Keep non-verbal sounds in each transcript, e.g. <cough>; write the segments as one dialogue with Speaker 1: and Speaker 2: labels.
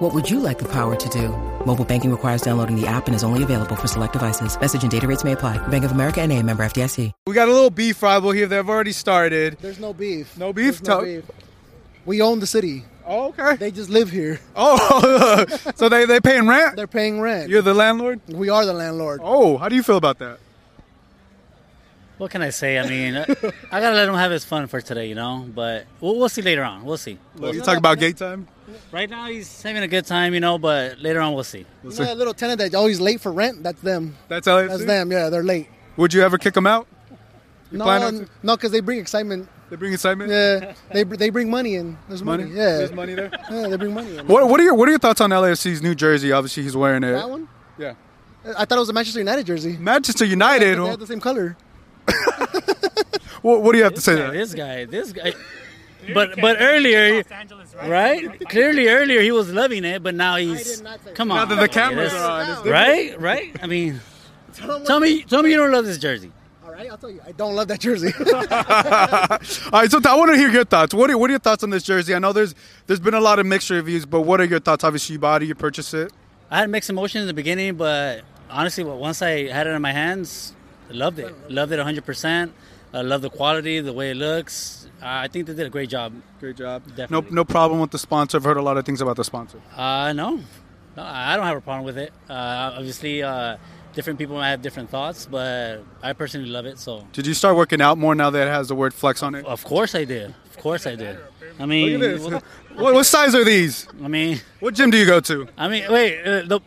Speaker 1: What would you like the power to do? Mobile banking requires downloading the app and is only available for select devices. Message and data rates may apply. Bank of America and a member FDIC.
Speaker 2: We got a little beef rival here that have already started.
Speaker 3: There's no beef.
Speaker 2: No beef?
Speaker 3: There's no
Speaker 2: Tell-
Speaker 3: beef. We own the city.
Speaker 2: Oh, okay.
Speaker 3: They just live here. <laughs>
Speaker 2: oh, <laughs> so they they paying rent?
Speaker 3: They're paying rent.
Speaker 2: You're the landlord.
Speaker 3: we are the landlord.
Speaker 2: Oh, how do you feel about that?
Speaker 4: What can I say? I mean, I, I gotta let him have his fun for today, you know. But we'll, we'll see later on. We'll see.
Speaker 2: Look, you talk about gate time.
Speaker 4: Right now, he's having a good time, you know. But later on, we'll see.
Speaker 3: You know
Speaker 2: see.
Speaker 3: that little tenant that's always late for rent? That's them.
Speaker 2: That's LAFC.
Speaker 3: That's them. Yeah, they're late.
Speaker 2: Would you ever kick them out? plan
Speaker 3: No,
Speaker 2: on-
Speaker 3: no, because they bring
Speaker 2: <laughs>
Speaker 3: excitement.
Speaker 2: They bring excitement.
Speaker 3: Yeah, they br- they bring money in. There's money.
Speaker 2: Money.
Speaker 3: Yeah.
Speaker 2: There's money there.
Speaker 3: Yeah, they bring money in.
Speaker 2: What What are your What are your thoughts on LAFC's new jersey? Obviously, he's wearing it.
Speaker 3: That one?
Speaker 2: Yeah.
Speaker 3: I thought it was a Manchester United jersey.
Speaker 2: Manchester United.
Speaker 3: They had the same color.
Speaker 2: What, what do you have to
Speaker 4: This
Speaker 2: say?
Speaker 4: guy,
Speaker 2: to that?
Speaker 4: this guy, this guy. <laughs> But but earlier, right? Clearly earlier he was loving it, but now he's
Speaker 3: not say
Speaker 4: come
Speaker 3: that.
Speaker 4: on.
Speaker 2: Now that the cameras
Speaker 4: Yes.
Speaker 2: are on, it's
Speaker 4: Right, right. I mean,
Speaker 2: <laughs>
Speaker 4: tell me, tell me you don't love this jersey.
Speaker 3: All right, I'll tell you. I don't love that
Speaker 2: <laughs>
Speaker 3: jersey. <laughs> Uh,
Speaker 2: All right, so I want to hear your thoughts. What are, what are your thoughts on this jersey? I know there's there's been a lot of mixed reviews, but what are your thoughts? Obviously, you bought it, you purchased it.
Speaker 4: I had mixed emotions in the beginning, but honestly, well, once I had it in my hands, I loved it. Loved it 100%. I love the quality, the way it looks. I think they did a great job.
Speaker 2: Great job. No
Speaker 4: Definitely.
Speaker 2: no problem with the sponsor. I've heard a lot of things about the sponsor.
Speaker 4: Uh, no, no, I don't have a problem with it. Uh, obviously, uh, different people might have different thoughts, but I personally love it. So,
Speaker 2: Did you start working out more now that it has the word flex on it?
Speaker 4: of course, I did. Of course, I did. I mean,
Speaker 2: What, <laughs> what size are these?
Speaker 4: I mean,
Speaker 2: What gym do you go to?
Speaker 4: I mean, wait. Uh, the,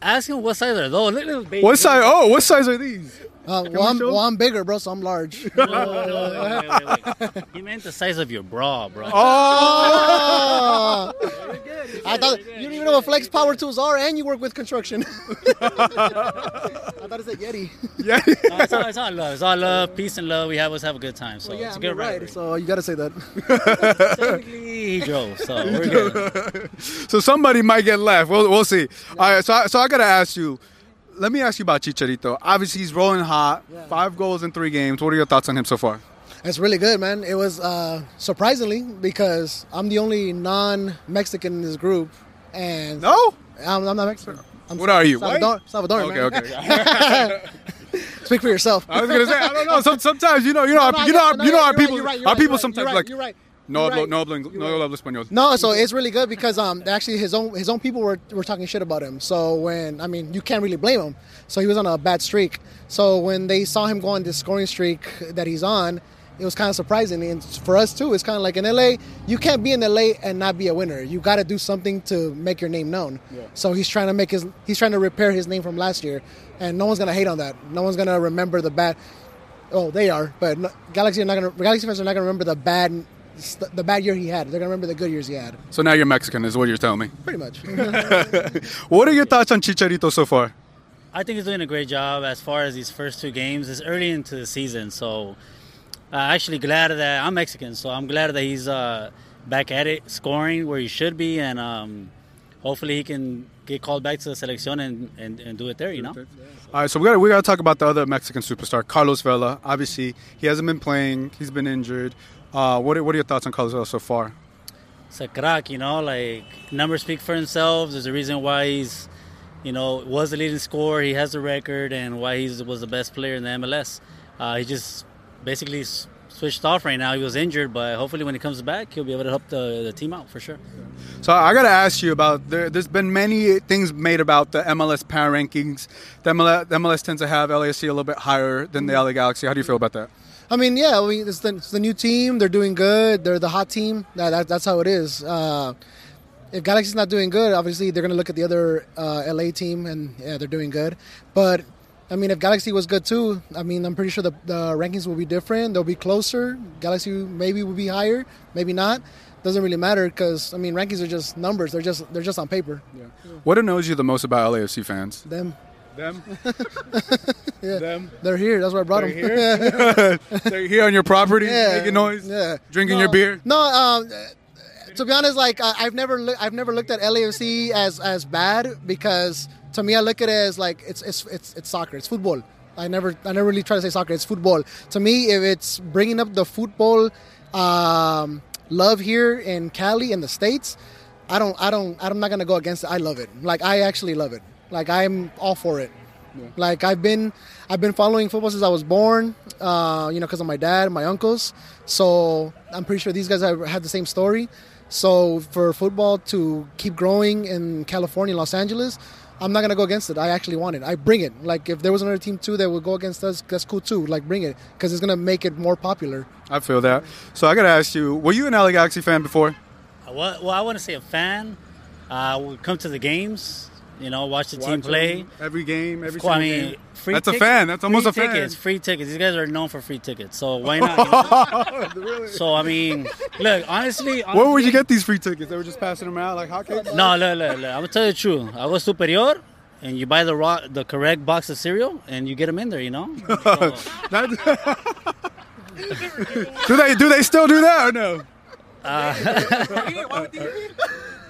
Speaker 4: ask him what size are those. Look at those babies.
Speaker 2: What size? Oh, what size are these?
Speaker 3: Uh, well, I'm,
Speaker 2: show 'em?
Speaker 3: well, I'm bigger, bro, so I'm
Speaker 2: <laughs>
Speaker 3: large.
Speaker 4: Whoa, whoa, whoa, wait, wait, wait, wait. He meant the size of your bra, bro.
Speaker 2: Oh,
Speaker 3: I thought you don't even know what flex power tools are, and you work with
Speaker 2: <laughs>
Speaker 3: construction. <laughs> I thought it said Yeti.
Speaker 2: <laughs> yeah. <laughs>
Speaker 4: No, it's, all, it's all love. It's all love, peace and love. We have us have a good time. So
Speaker 3: yeah,
Speaker 4: it's a
Speaker 3: I
Speaker 4: good
Speaker 3: mean,
Speaker 4: ride.
Speaker 3: right. So you gotta say <laughs> that.
Speaker 4: Technically, he drove, <laughs> so we're good.
Speaker 2: So somebody might get left. We'll, we'll see. All right. So I, so I gotta ask you. Let me ask you about Chicharito. Obviously, he's rolling hot. Five goals in three games. What are your thoughts on him so far?
Speaker 3: It's really good, man. It was uh, surprisingly because I'm the only non-Mexican in this group, and
Speaker 2: No.
Speaker 3: I'm, I'm not Mexican. I'm
Speaker 2: What are you, white?
Speaker 3: Salvador, Salvadoran.
Speaker 2: Okay.
Speaker 3: man. <laughs>
Speaker 2: Okay.
Speaker 3: Speak for yourself.
Speaker 2: <laughs> I was gonna say I don't know. Some, sometimes you know you
Speaker 3: <laughs>
Speaker 2: know
Speaker 3: No,
Speaker 2: how,
Speaker 3: no,
Speaker 2: you know
Speaker 3: no,
Speaker 2: how,
Speaker 3: no,
Speaker 2: you know
Speaker 3: you're
Speaker 2: how
Speaker 3: right,
Speaker 2: people
Speaker 3: you're right, you're
Speaker 2: how
Speaker 3: right,
Speaker 2: people
Speaker 3: you're
Speaker 2: sometimes
Speaker 3: right,
Speaker 2: like
Speaker 3: you're right,
Speaker 2: no
Speaker 3: you're
Speaker 2: hablo-
Speaker 3: right.
Speaker 2: no hablo eng- no hablo español.
Speaker 3: No, so it's really good because um, actually his own his own people were, were talking shit about him. So when I mean you can't really blame him. So he was on a bad streak. So when they saw him go on this scoring streak that he's on, it was kind of surprising. And for us too, it's kind of like in LA, you can't be in LA and not be a winner. You got to do something to make your name known. So he's trying to make his he's trying to repair his name from last year, and no one's gonna hate on that. No one's gonna remember the bad. Oh, they are, but no, Galaxy are not gonna Galaxy fans are not gonna remember the bad the bad year he had. They're gonna remember the good years he had.
Speaker 2: So now you're Mexican is what you're telling me.
Speaker 3: Pretty much.
Speaker 2: What are your thoughts on Chicharito so far?
Speaker 4: I think he's doing a great job as far as these first two games. It's early into the season, so uh, actually glad that I'm Mexican. So I'm glad that he's uh, back at it, scoring where he should be, and um, hopefully he can get called back to the selection and, and, and do it there. You know,
Speaker 2: All right, so we got we got to talk about the other Mexican superstar, Carlos Vela. Obviously, he hasn't been playing; he's been injured. Uh, what are, what are your thoughts on Carlos Vela so far?
Speaker 4: it's a crack. You know, like numbers speak for themselves. There's a reason why he's, you know, was the leading scorer. He has the record, and why he was the best player in the MLS. Uh, he just basically s- switched off right now. He was injured, but hopefully when he comes back, he'll be able to help the, the team out for sure.
Speaker 2: So I got to ask you about there. There's been many things made about the MLS power rankings. The MLS, the MLS tends to have LAFC a little bit higher than the LA Galaxy. How do you feel about that?
Speaker 3: <laughs> I mean, yeah, I mean, it's, the, it's the new team. They're doing good. They're the hot team. That, that, that's how it is. Uh, if Galaxy's not doing good, obviously they're going to look at the other uh, LA team, and yeah, they're doing good. But I mean, if Galaxy was good too, I mean, I'm pretty sure the, the rankings will be different. They'll be closer. Galaxy maybe will be higher, maybe not. Doesn't really matter because I mean, rankings are just numbers. They're just they're just on paper.
Speaker 2: What annoys you the most about LAFC fans?
Speaker 3: Them.
Speaker 2: Them? Them?
Speaker 3: They're here. That's why I brought
Speaker 2: They're
Speaker 3: them.
Speaker 2: here? <laughs> They're here on your property making noise?
Speaker 3: <laughs> Yeah.
Speaker 2: Drinking
Speaker 3: No,
Speaker 2: your beer?
Speaker 3: No, um, uh, to be honest, like I, I've never loo- I've never looked at LAFC as as bad because to me I look at it as like it's it's it's, it's soccer, it's football. I never I never really try to say soccer, it's football. To me, if it's bringing up the football um, love here in Cali in the states, I don't I don't I'm not gonna go against it. I love it. Like I actually love it. Like I'm all for it. Like I've been, I've been following football since I was born. Uh, you know, because of my dad, and my uncles. So I'm pretty sure these guys have, have the same story. So for football to keep growing in California, Los Angeles, I'm not gonna go against it. I actually want it. I bring it. Like if there was another team too that would go against us, that's cool too. Like bring it because it's gonna make it more popular.
Speaker 2: I feel that. So I got to ask you, were you an LA Galaxy fan before?
Speaker 4: Well, well Uh, I want to say a fan. Uh, would come to the games, you know, watch the team
Speaker 2: Watch
Speaker 4: play.
Speaker 2: them Every game, every single
Speaker 4: Well, I mean,
Speaker 2: game.
Speaker 4: free
Speaker 2: That's
Speaker 4: tickets-
Speaker 2: a fan. That's almost
Speaker 4: free
Speaker 2: a fan.
Speaker 4: Tickets, free tickets. These guys are known for free tickets,
Speaker 2: <laughs>
Speaker 4: so why not? so I mean, look, honestly,
Speaker 2: Where would
Speaker 4: honestly-
Speaker 2: you get these free tickets? They were just passing them out like hotcakes?
Speaker 4: No, look, look, look. I'm gonna tell you the truth. I go superior, and you buy the raw, the correct box of cereal, and you get them in there. You
Speaker 2: <laughs>
Speaker 4: know. So,
Speaker 2: That- <laughs> do they do they still do that or no?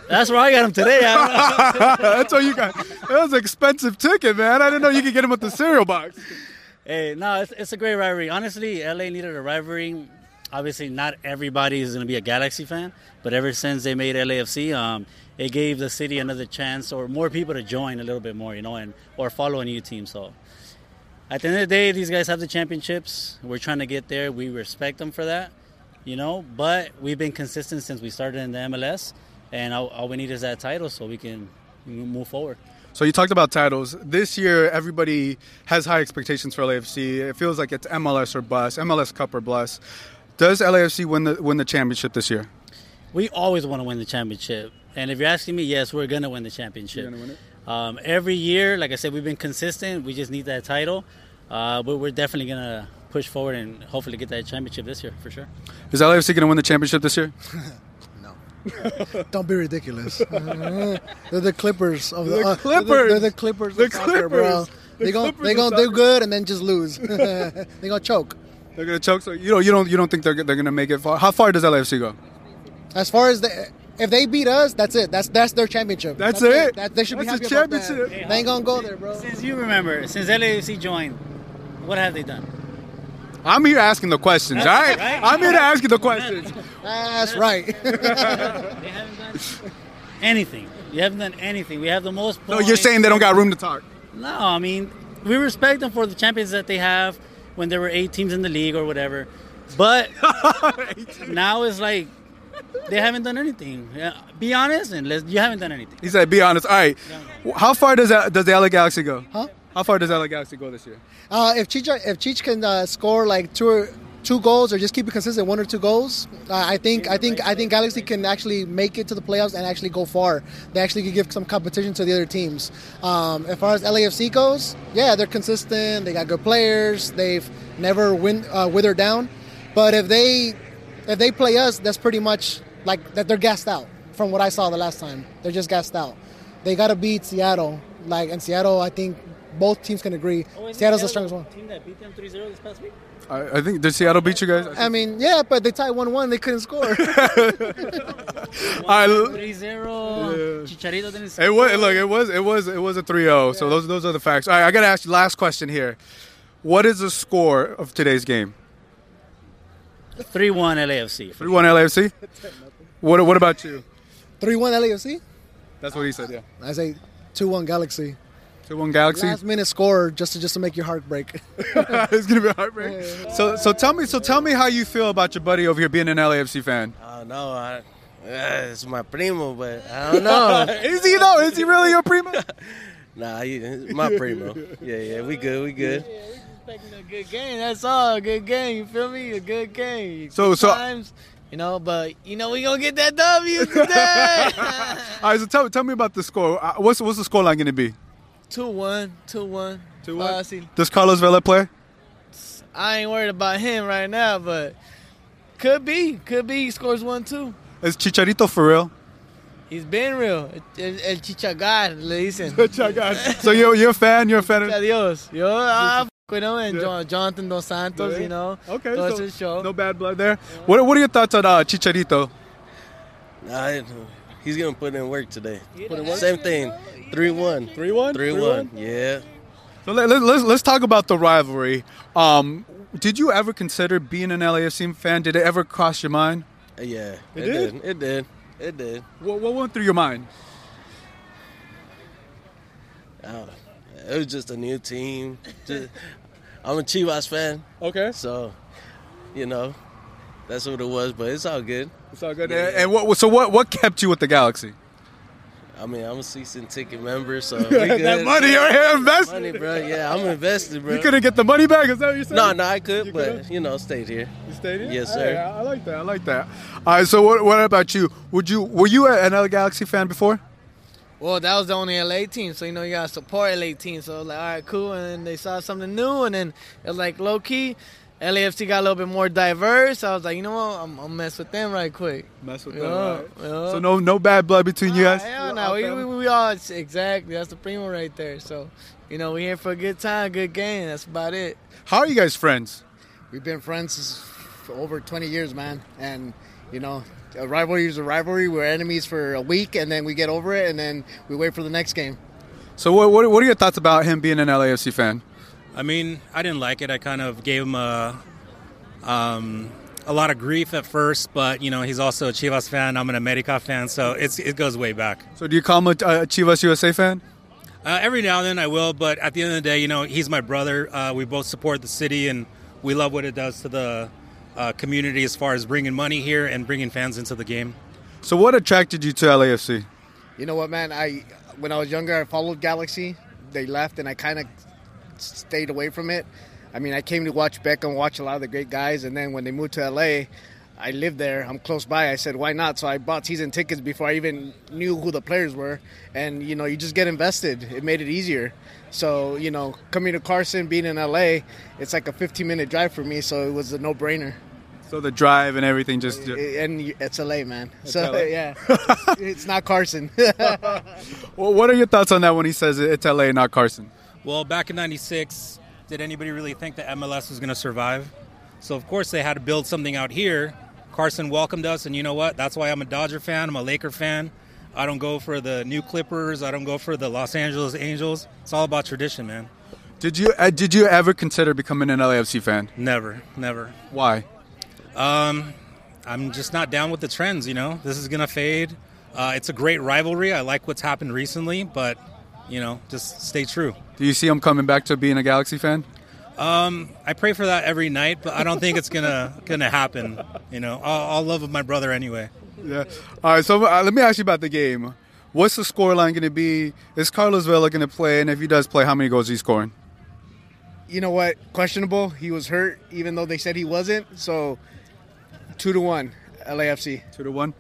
Speaker 4: that's where I got them today. I don't know.
Speaker 2: That's all you got. That was an expensive ticket, man. I didn't know you could get them with the cereal box.
Speaker 4: Hey, no, it's, it's a great rivalry. Honestly, LA needed a rivalry. Obviously, not everybody is going to be a Galaxy fan, but ever since they made LAFC, um, it gave the city another chance or more people to join a little bit more, you know, and or follow a new team. So, at the end of the day, these guys have the championships. We're trying to get there. We respect them for that, you know. But we've been consistent since we started in the MLS, and all, all we need is that title so we can m- move forward.
Speaker 2: So you talked about titles. This year, everybody has high expectations for LAFC. It feels like it's MLS or bust, MLS Cup or bust. Does LAFC win the win the championship this year?
Speaker 4: We always want to win the championship. And if you're asking me, yes, we're going to win the championship.
Speaker 2: gonna win it?
Speaker 4: Um, every year, like I said, we've been consistent. We just need that title. Uh, but we're definitely going to push forward and hopefully get that championship this year for sure.
Speaker 2: Is LAFC going to win the championship this year?
Speaker 3: <laughs> Don't be ridiculous. <laughs> they're the Clippers of the,
Speaker 2: The
Speaker 3: uh,
Speaker 2: Clippers.
Speaker 3: They're the, they're the Clippers.
Speaker 2: The
Speaker 3: of soccer, bro.
Speaker 2: Clippers. The
Speaker 3: They gonna
Speaker 2: Clippers
Speaker 3: they
Speaker 2: of
Speaker 3: gonna do
Speaker 2: soccer.
Speaker 3: good and then just lose. <laughs> they gonna choke.
Speaker 2: They're going to choke. So you know you don't you don't think they're they're going to make it far. How far does LAFC go?
Speaker 3: As far as the, if they beat us, that's it. That's that's their championship.
Speaker 2: That's it.
Speaker 3: That, they should be happy
Speaker 2: That's a
Speaker 3: about
Speaker 2: championship.
Speaker 3: that. They ain't gonna go there, bro.
Speaker 4: Since you remember, since LAFC joined, what have they done?
Speaker 2: I'm here asking the questions. All right, I'm here to ask you the questions.
Speaker 3: That's right. <laughs>
Speaker 4: They haven't done <laughs> anything. You haven't done anything. We have the most
Speaker 2: No,
Speaker 4: points.
Speaker 2: you're saying they don't got room to talk.
Speaker 4: No, I mean, we respect them for the champions that they have when there were eight teams in the league or whatever. But now it's like they haven't done anything. Yeah, Be honest and let's, you haven't done anything.
Speaker 2: He said, "Be honest." All right, how far does that, does the LA Galaxy go?
Speaker 3: Huh?
Speaker 2: How far does LA Galaxy go this year?
Speaker 3: Uh, if Cheech if Cheech can uh, score like two or, two goals or just keep it consistent, one or two goals, uh, I think I think I think Galaxy can actually make it to the playoffs and actually go far. They actually could give some competition to the other teams. Um, as far as LAFC goes, yeah, they're consistent. They got good players. They've never win uh, withered down. But if they if they play us, that's pretty much like that. They're gassed out from what I saw the last time. They're just gassed out. They gotta beat Seattle. Like and Seattle, I think both teams can agree. Seattle's the strongest one.
Speaker 4: Team that beat them 3 this past week?
Speaker 2: I, I think did Seattle beat you guys?
Speaker 3: <laughs> I mean, yeah, but they tied one-one. They couldn't score.
Speaker 2: All right, l-
Speaker 4: 3 Chicharito didn't
Speaker 2: It was look. It was it was it was a 3-0. So those those are the facts. All right, I gotta ask you last question here. What is the score of today's game?
Speaker 4: 3 1 LAFC.
Speaker 2: Three one LAFC. What what about you?
Speaker 3: Three-one LAFC.
Speaker 2: That's what he said. Yeah,
Speaker 3: I say two-one Galaxy.
Speaker 2: two one Galaxy. <laughs>
Speaker 3: Last-minute score just to just to make your heart break.
Speaker 2: it's gonna be a heartbreak. So so tell me so tell me how you feel about your buddy over here being an LAFC <laughs> fan.
Speaker 5: I don't know. Oh, I, uh, it's my primo, but
Speaker 6: <laughs>
Speaker 5: I don't know.
Speaker 2: Uh, Is he though? Is he really your <laughs> primo?
Speaker 5: nah, he, it's my primo. Yeah, yeah, we good, we good.
Speaker 6: expecting a good game. That's all. A good game. You feel me? A good game.
Speaker 2: So-
Speaker 6: Good
Speaker 2: so-
Speaker 6: times, you know, but you know we gonna get that W today. <laughs>
Speaker 2: All right, so tell tell me about the score. Uh, What's what's the score line gonna be?
Speaker 6: two one, two one,
Speaker 2: Two
Speaker 6: Uh,
Speaker 2: one.
Speaker 6: see,
Speaker 2: Does Carlos Vela play?
Speaker 6: I ain't worried about him right now, but could be, could be. He scores one two.
Speaker 2: Is Chicharito for real?
Speaker 6: He's been real. El, el Chichagar, le
Speaker 2: <laughs>
Speaker 6: dicen.
Speaker 2: so you're you're a fan. You're a fan. Of,
Speaker 6: Adios. Yo, I f- with him and Jon- Jonathan Dos Santos, you know.
Speaker 2: Okay.
Speaker 6: Does
Speaker 2: so
Speaker 6: his show.
Speaker 2: No bad blood there. What What are your thoughts on uh, Chicharito?
Speaker 5: Nah, I- he's gonna put in work today. Same thing. 3 1. 3
Speaker 2: 3-1?
Speaker 5: 3 1. Yeah.
Speaker 2: So let, let, let's let's talk about the rivalry. Um, did you ever consider being an LAFC fan? Did it ever cross your mind?
Speaker 5: Yeah. It,
Speaker 2: did?
Speaker 5: It did. It did.
Speaker 2: What, what went through your mind?
Speaker 5: It was just a new team. Just, I'm a Chivas fan,
Speaker 2: Okay,
Speaker 5: so you know that's what it was. But it's all good.
Speaker 2: it's all good. And, and what so what what kept you with
Speaker 6: <laughs>
Speaker 2: the Galaxy?
Speaker 5: I mean, I'm a season ticket member,
Speaker 2: <laughs>
Speaker 5: so we good.
Speaker 2: that money right here invested.
Speaker 5: money, bro. Yeah, I'm invested, bro.
Speaker 2: You couldn't get the money back. Is that what you're saying?
Speaker 5: No, no, I could,
Speaker 2: You
Speaker 5: but
Speaker 2: could've?
Speaker 5: you know, stayed here.
Speaker 2: You stayed here?
Speaker 5: Yes,
Speaker 2: Hey,
Speaker 5: sir.
Speaker 2: I like that. I like that. All right. So, what, what about you? Would you were you an LA Galaxy fan before?
Speaker 6: Well, that was the only LA team, so you know you gotta support LA team. So I was like, all right, cool. And then they saw something new, and then it was like low key. LAFC got a little bit more diverse. I was like, you know what? I'm, I'm mess with them right quick.
Speaker 2: Mess with
Speaker 6: them, Yeah, right? yeah.
Speaker 2: So no no bad blood between you
Speaker 6: Ah,
Speaker 2: guys.
Speaker 6: Hell no, we, we, we all exactly. That's the primo right there. So, you know, we here for a good time, good game. That's about it.
Speaker 2: How are you guys friends?
Speaker 7: We've been friends s- for over 20 years, man. And, you know, a rivalry is a rivalry. We're enemies for a week, and then we get over it, and then we wait for the next game.
Speaker 2: So what what, what are your thoughts about him being an LAFC fan?
Speaker 8: I mean, I didn't like it. I kind of gave him a, um, a lot of grief at first, but you know, he's also a Chivas fan. I'm an America fan, so it's it goes way back.
Speaker 2: So do you call him a, a Chivas USA fan?
Speaker 8: Uh, every now and then I will, but at the end of the day, you know, he's my brother. Uh, we both support the city, and we love what it does to the uh, community as far as bringing money here and bringing fans into the game.
Speaker 2: So what attracted you to LAFC?
Speaker 7: You know what, man? I When I was younger, I followed Galaxy. They left, and I kind of stayed away from it. I mean, I came to watch Beckham, watch a lot of the great guys, and then when they moved to LA, I lived there. I'm close by. I said, why not? So I bought season tickets before I even knew who the players were. And, you know, you just get invested. It made it easier. So, you know, coming to Carson, being in LA, it's like a 15 minute drive for me. So it was a no brainer.
Speaker 2: So the drive and everything just.
Speaker 7: And you- it's LA, man. so, <laughs>
Speaker 2: LA.
Speaker 7: yeah, It's- it's not Carson. <laughs>
Speaker 2: Well, what are your thoughts on that when he says it, it's LA, not Carson?
Speaker 8: Well, back in '96, did anybody really think that MLS was going to survive? So of course they had to build something out here. Carson welcomed us, and you know what? That's why I'm a Dodger fan. I'm a Laker fan. I don't go for the new Clippers. I don't go for the Los Angeles Angels. It's all about tradition, man.
Speaker 2: Did you uh, did you ever consider becoming an LAFC fan?
Speaker 8: Never, never.
Speaker 2: Why?
Speaker 8: Um, I'm just not down with the trends. You know, this is gonna fade. Uh, it's a great rivalry. I like what's happened recently, but you know, just stay true.
Speaker 2: Do you see him coming back to being a Galaxy fan?
Speaker 8: I pray for that every night, but I don't think it's gonna gonna happen. You know, I'll, I'll love my brother anyway.
Speaker 2: Yeah. All right. So uh, let me ask you about the game. What's the scoreline going to be? Is Carlos Vela going to play? And if he does play, how many goals is he scoring?
Speaker 7: you know what? Questionable. He was hurt, even though they said he wasn't. So, two to one, LAFC.
Speaker 2: Two to one.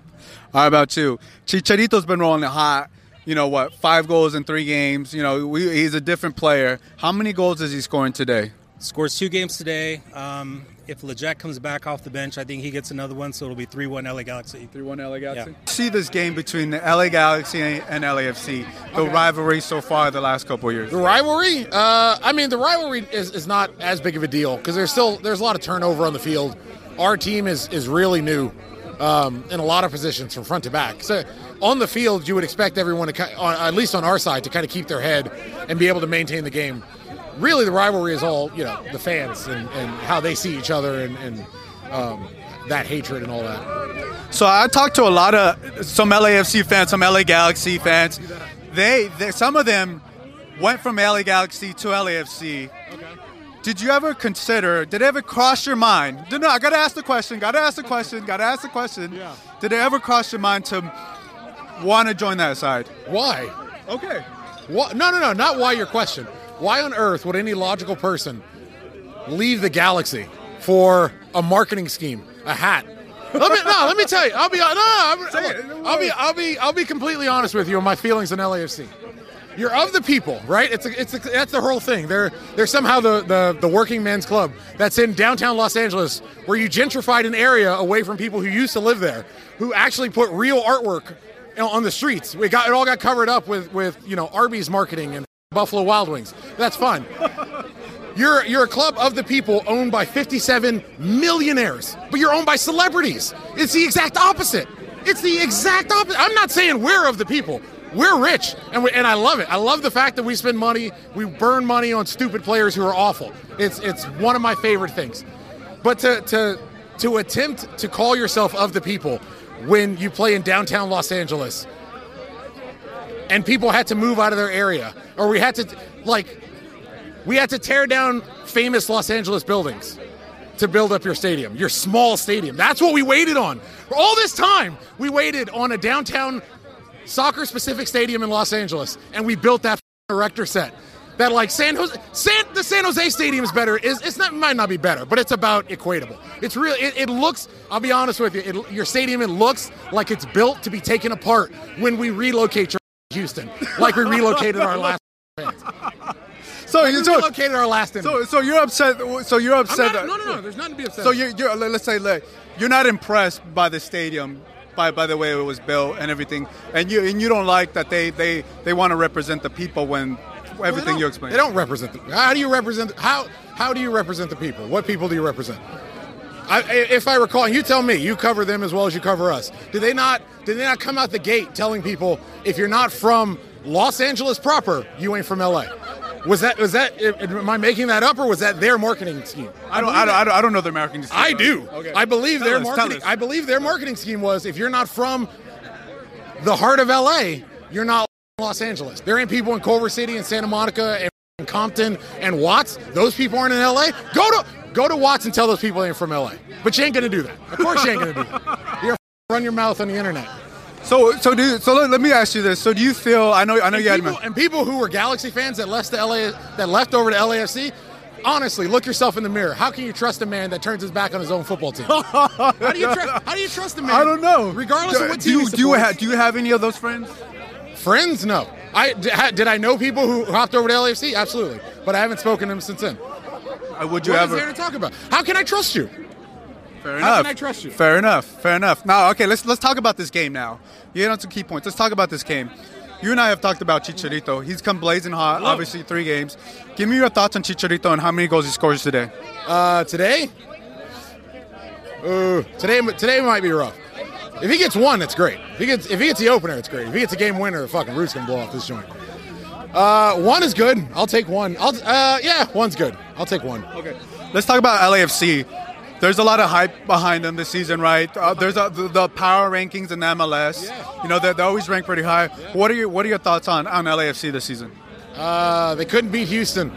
Speaker 2: All right. About you, Chicharito's been rolling it hot. You know what? Five goals in three games. You know we, he's a different player. How many goals is he scoring today?
Speaker 8: Scores two games today. Um, if Lejet comes back off the bench, I think he gets another one, so it'll be three-one LA Galaxy.
Speaker 2: Three one LA Galaxy.
Speaker 8: Galaxy?
Speaker 2: See this game between the LA Galaxy and LAFC. The rivalry so far the last couple of years.
Speaker 9: The rivalry? Uh, I mean, the rivalry is, is not as big of a deal because there's still there's a lot of turnover on the field. Our team is is really new um, in a lot of positions from front to back. So on the field, you would expect everyone to, ki- on, at least on our side, to kind of keep their head and be able to maintain the game. Really, the rivalry is all you know the fans and, and how they see each other and, and um, that hatred and all that.
Speaker 2: So I talked to a lot of some LAFC fans, some LA Galaxy fans. They, they some of them went from LA Galaxy to LAFC. Did you ever consider? Did it ever cross your mind? No, no, I gotta ask the question. Gotta ask the question. Gotta ask the question. Did it ever cross your mind to want to join that side?
Speaker 9: Why?
Speaker 2: Okay.
Speaker 9: What? No, no, no, not why your question. Why on earth would any logical person leave the galaxy for a marketing scheme, a hat? Let me no. Let me tell you. I'll be no. I'm,
Speaker 2: Say it, don't
Speaker 9: I'll
Speaker 2: worry.
Speaker 9: be I'll be I'll be completely honest with you on my feelings on LAFC. You're of the people, right? It's a, it's a, that's the whole thing. They're they're somehow the, the the working men's club that's in downtown Los Angeles, where you gentrified an area away from people who used to live there, who actually put real artwork you know, on the streets. We got it all got covered up with with you know Arby's marketing and Buffalo Wild Wings. That's fine. You're you're a club of the people owned by 57 millionaires, but you're owned by celebrities. It's the exact opposite. It's the exact opposite. I'm not saying we're of the people. We're rich, and we, and I love it. I love the fact that we spend money, we burn money on stupid players who are awful. It's it's one of my favorite things. But to to to attempt to call yourself of the people when you play in downtown Los Angeles and people had to move out of their area or we had to like we had to tear down famous Los Angeles buildings to build up your stadium, your small stadium. That's what we waited on. For all this time, we waited on a downtown soccer specific stadium in Los Angeles and we built that f***ing erector set. That like San Jose, San, the San Jose Stadium is better. Is it's not might not be better, but it's about equatable. It's real. It, it looks. I'll be honest with you. It, your stadium it looks like it's built to be taken apart when we relocate your f***ing Houston, like we relocated our last.
Speaker 2: So
Speaker 9: We
Speaker 2: Oh, you so,
Speaker 9: relocated our last. So,
Speaker 2: so so you're upset. So you're
Speaker 9: I'm
Speaker 2: upset.
Speaker 9: not, no,
Speaker 2: that-
Speaker 9: no, no. There's nothing to be upset.
Speaker 2: So
Speaker 9: about.
Speaker 2: you're, you're let- let's say like, you're not impressed by the stadium, by by the way it was built and everything, and you and you don't like that they they they want to represent the people when
Speaker 9: Well, they
Speaker 2: everything
Speaker 9: don't-
Speaker 2: you explain.
Speaker 9: They don't represent. The, how do you represent? How how do you represent the people? What people do you represent? I, i- if I recall, you tell me. You cover them as well as you cover us. Did they not? Did they not come out the gate telling people if you're not from Los Angeles proper, you ain't from LA? Was that was that? Am I making that up, or was that their marketing scheme?
Speaker 2: I don't I don't, I don't I don't know their American. disease.
Speaker 9: I do. I believe
Speaker 2: Tell
Speaker 9: their
Speaker 2: us, tell
Speaker 9: marketing.
Speaker 2: us.
Speaker 9: I believe their marketing scheme was: if you're not from the heart of LA, you're not Los Angeles. There ain't people in Culver City and Santa Monica and Compton and Watts. Those people aren't in LA. Go to go to Watts and tell those people they ain't from LA. But you ain't gonna do that. Of course you ain't gonna do that. <laughs> You're gonna run your mouth on the internet.
Speaker 2: So so do so let, let me ask you this. So do you feel? I know I know
Speaker 9: And
Speaker 2: you had.
Speaker 9: people, and people who were Galaxy fans that left to LA that left over to LAFC. Honestly, look yourself in the mirror. How can you trust a man that turns his back on his own football
Speaker 2: <laughs>
Speaker 9: team? how do you trust? How do you trust a man?
Speaker 2: I don't know.
Speaker 9: Regardless
Speaker 2: Do-
Speaker 9: of what
Speaker 2: do
Speaker 9: team
Speaker 2: you
Speaker 9: he
Speaker 2: do you
Speaker 9: supports.
Speaker 2: have do you have any of those friends?
Speaker 9: Friends, no. I d- ha- did I know people who hopped over to LAFC? Absolutely, but I haven't spoken to them since then.
Speaker 2: Uh, Would you
Speaker 9: What is
Speaker 2: ever?
Speaker 9: there to talk about? How can I trust you? How
Speaker 2: Fair enough.
Speaker 9: can I trust you?
Speaker 2: Fair enough. Fair enough. Now, okay, let's let's talk about this game now. You hit on some key points. Let's talk about this game. You and I have talked about Chicharito. He's come blazing hot. Obviously, three games. Give me your thoughts on Chicharito and how many goals he scores today.
Speaker 9: Uh, today, Ooh, today, today might be rough. If he gets one, it's great. If he gets, if he gets the opener, it's great. If he gets a game winner, the fucking roof's gonna blow off this joint. Uh, one is good. I'll take one. I'll, uh, yeah, one's good. I'll take one.
Speaker 2: Okay. Let's talk about LAFC. There's a lot of hype behind them this season, right? Uh, there's a, the, the power rankings in MLS. You know they're, they're always ranked pretty high. What are your What are your thoughts on on LAFC this season?
Speaker 9: Uh, they couldn't beat Houston.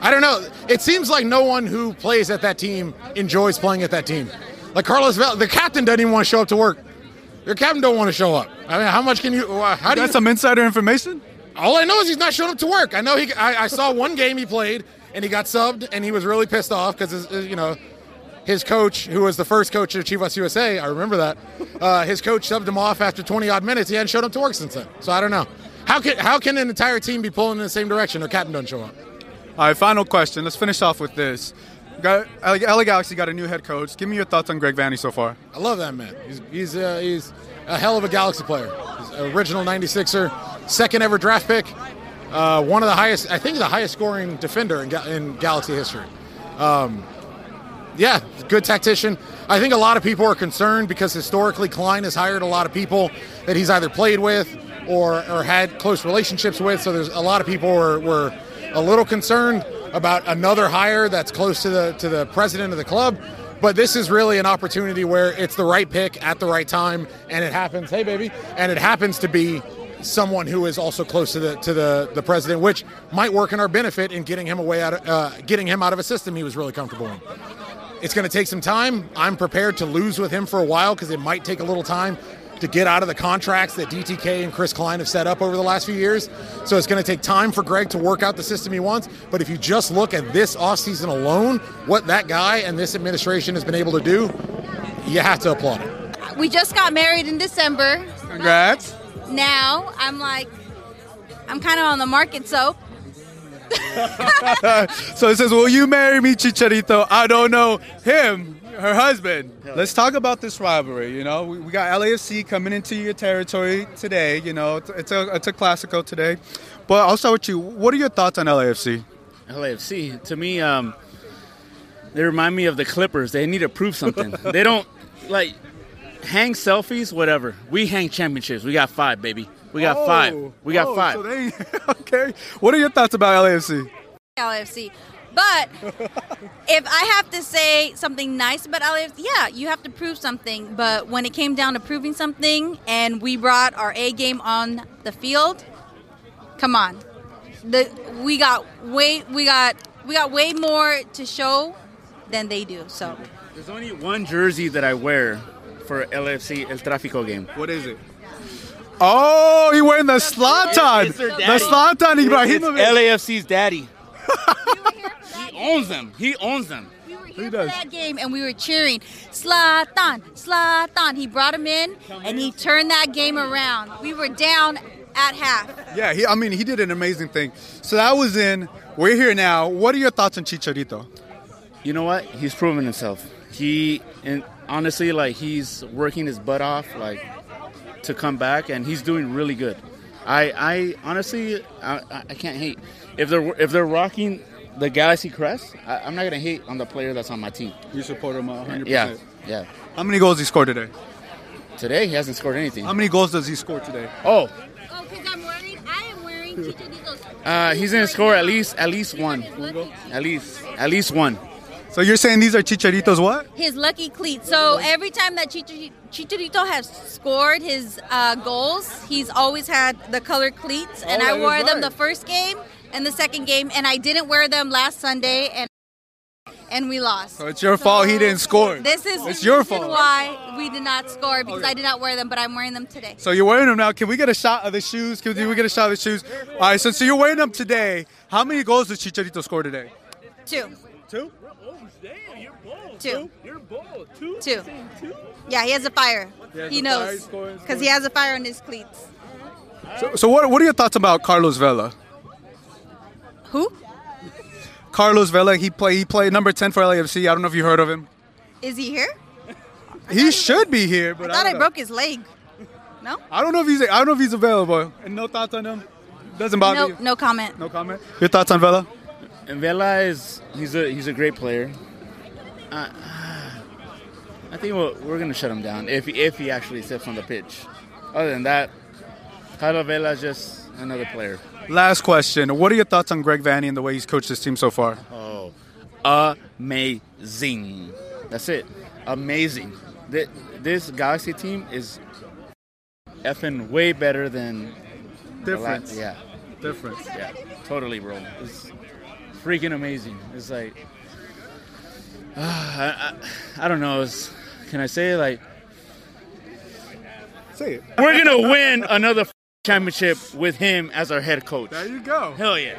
Speaker 9: I don't know. It seems like no one who plays at that team enjoys playing at that team. Like Carlos Vela, the captain doesn't even want to show up to work. Your captain don't want to show up. I mean, how much can you? uh, How do you?
Speaker 2: That's some insider information.
Speaker 9: All I know is he's not showing up to work. I know he. I, I saw one game he played, and he got subbed, and he was really pissed off because you know his coach, who was the first coach of Chivas USA, I remember that. Uh, his coach subbed him off after 20 odd minutes. He hadn't showed up to work since then. So I don't know. How can how can an entire team be pulling in the same direction? Their captain doesn't show up.
Speaker 2: All right, final question. Let's finish off with this. We Got, LA Galaxy got a new head coach. Give me your thoughts on Greg Vanny so far.
Speaker 9: I love that man. He's he's uh, he's a hell of a Galaxy player. He's an original '96er, second ever draft pick, uh, one of the highest, I think, the highest scoring defender in, Ga- in Galaxy history. Um, yeah, good tactician. I think a lot of people are concerned because historically Klein has hired a lot of people that he's either played with or, or had close relationships with. So there's a lot of people were, were a little concerned about another hire that's close to the to the president of the club. But this is really an opportunity where it's the right pick at the right time, and it happens. Hey, baby, and it happens to be someone who is also close to the to the, the president, which might work in our benefit in getting him away out of, uh, getting him out of a system he was really comfortable in. It's going to take some time. I'm prepared to lose with him for a while because it might take a little time to get out of the contracts that DTK and Chris Klein have set up over the last few years. So it's going to take time for Greg to work out the system he wants. But if you just look at this offseason alone, what that guy and this administration has been able to do, you have to applaud it.
Speaker 10: We just got married in December.
Speaker 2: Congrats.
Speaker 10: Now I'm like, I'm kind of on the market soap.
Speaker 2: so it says, "Will you marry me, Chicharito?" I don't know him, her husband. Let's talk about this rivalry. You know, we, we got LAFC coming into your territory today. You know, it's, it's a it's a classico today. But I'll start with you. What are your thoughts on LAFC?
Speaker 11: LAFC to me, um, they remind me of the Clippers. They need to
Speaker 2: <laughs>
Speaker 11: prove something. they don't like hang selfies, whatever. We hang championships. We got five, baby. We got
Speaker 2: Oh,
Speaker 11: five. We got
Speaker 2: oh,
Speaker 11: five.
Speaker 2: so they- <laughs> okay. What are your thoughts about LAFC?
Speaker 10: LAFC. But if I have to say something nice about LAFC, yeah, you have to prove something. But when it came down to proving something and we brought our A game on the field, come on. The we got way we got we got way more to show than they do. So
Speaker 11: There's only one jersey that I wear for LFC El Tráfico game.
Speaker 2: What is it? Oh, he wearing the Slatan.
Speaker 11: It's their
Speaker 2: The
Speaker 11: daddy.
Speaker 2: Slatan
Speaker 11: It's
Speaker 2: Ibrahimovic. <laughs>
Speaker 11: LAFC's daddy. he owns them. He owns them.
Speaker 10: He does. that game and we were cheering Slatan, Slatan. He brought him in and he turned that game around. We were down at half.
Speaker 2: Yeah, he, I mean, he did an amazing thing. So that was in. We're here now. What are your thoughts on Chicharito?
Speaker 11: You know what? He's proven himself. He and honestly, like he's working his butt off, like to come back, and he's doing really good. I, I honestly, I, I- I can't hate if they're if they're rocking the Galaxy crest. I, I'm not gonna hate on the player that's on my team.
Speaker 2: You support him 100.
Speaker 11: Yeah, yeah.
Speaker 2: How many goals he scored today?
Speaker 11: Today he hasn't scored anything.
Speaker 2: How many goals does he score today?
Speaker 11: Oh,
Speaker 10: Oh, because I'm wearing, I am wearing Chicharito's.
Speaker 11: uh, he's gonna score at least at least one, at least at least one.
Speaker 2: So you're saying these are Chicharito's what?
Speaker 10: His lucky cleat. So every time that Chichari- Chicharito has scored his uh, goals, he's always had the color cleats, and
Speaker 12: Oh,
Speaker 10: I
Speaker 12: that
Speaker 10: wore
Speaker 12: is
Speaker 10: them the
Speaker 12: right.
Speaker 10: first game and the second game, and I didn't wear them last Sunday, and and we lost.
Speaker 2: So it's your fault he didn't score.
Speaker 10: This is
Speaker 2: it's
Speaker 10: the
Speaker 2: your
Speaker 10: reason
Speaker 2: fault. Oh,
Speaker 10: why we did not score because I did not wear them, but I'm wearing them today.
Speaker 2: So you're wearing them now. Can we get a shot of the shoes? Can we get a shot of the shoes? All right. So so you're wearing them today. How many goals did Chicharito score today?
Speaker 10: Two.
Speaker 2: Two?
Speaker 10: Two. Two. Yeah, he has a fire.
Speaker 2: He has
Speaker 10: He
Speaker 2: a fire, he's
Speaker 10: knows
Speaker 2: scoring,
Speaker 10: because he has a fire on his cleats.
Speaker 2: So, so what what are your thoughts about Carlos Vela?
Speaker 10: Who?
Speaker 2: Carlos Vela. He play he played number 10 for LAFC. I don't know if you heard of him.
Speaker 10: Is he here?
Speaker 2: He should be here,
Speaker 10: I
Speaker 2: but I,
Speaker 10: thought I,
Speaker 2: don't know.
Speaker 10: broke his leg.
Speaker 2: I don't know if he's I don't know if he's available. And no thoughts on him. Doesn't bother
Speaker 10: No,
Speaker 2: you.
Speaker 10: no comment.
Speaker 2: No comment. Your thoughts on Vela?
Speaker 11: And Vela is he's a he's a great player. Uh, I think we're, we're gonna shut him down if he, if he actually steps on the pitch. Other than that, Tyler Vela is just another player.
Speaker 2: Last question. What are your thoughts on Greg Vanny and the way he's coached his team so far?
Speaker 11: Oh, amazing! That's it. Amazing. Th- This Galaxy team is effing way better than the la-
Speaker 2: Difference.
Speaker 11: Yeah,
Speaker 2: Difference.
Speaker 11: Yeah, totally, bro. It's freaking amazing. It's like <sighs> I, I, I don't know. It's, can I say like
Speaker 2: Say it.
Speaker 11: we're gonna win another f- championship with him as our head coach? There
Speaker 2: you go.
Speaker 11: Hell yeah.